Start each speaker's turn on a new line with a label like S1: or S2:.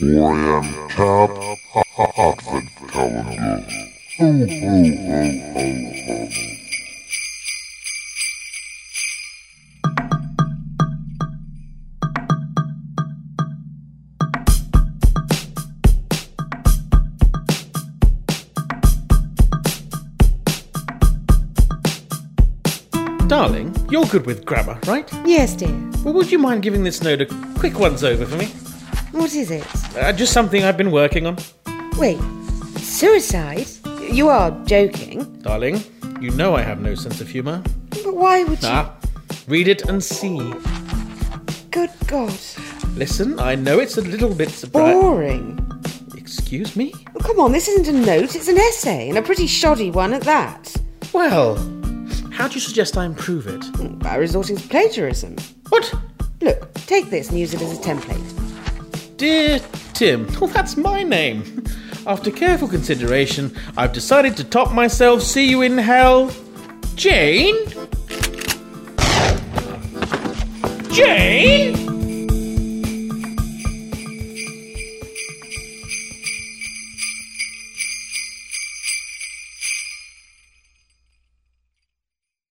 S1: 4 a.m. Cap Advent Calendar. Ho, ho, ho, ho, ho.
S2: Darling, you're good with grammar, right?
S3: Yes, dear.
S2: Well, would you mind giving this note a quick once over for me?
S3: What is it?
S2: Uh, just something I've been working on.
S3: Wait, suicide? You are joking.
S2: Darling, you know I have no sense of humour.
S3: But why would you?
S2: Ah, read it and see.
S3: Good God.
S2: Listen, I know it's a little bit
S3: Oh.
S2: surprising.
S3: Boring.
S2: Excuse me?
S3: Well, come on, this isn't a note, it's an essay, and a pretty shoddy one at that.
S2: Well, how do you suggest I improve it?
S3: By resorting to plagiarism.
S2: What?
S3: Look, take this and use it as a template.
S2: Dear Tim. Oh, that's my name. After careful consideration, I've decided to top myself. See you in hell. Jane? Jane?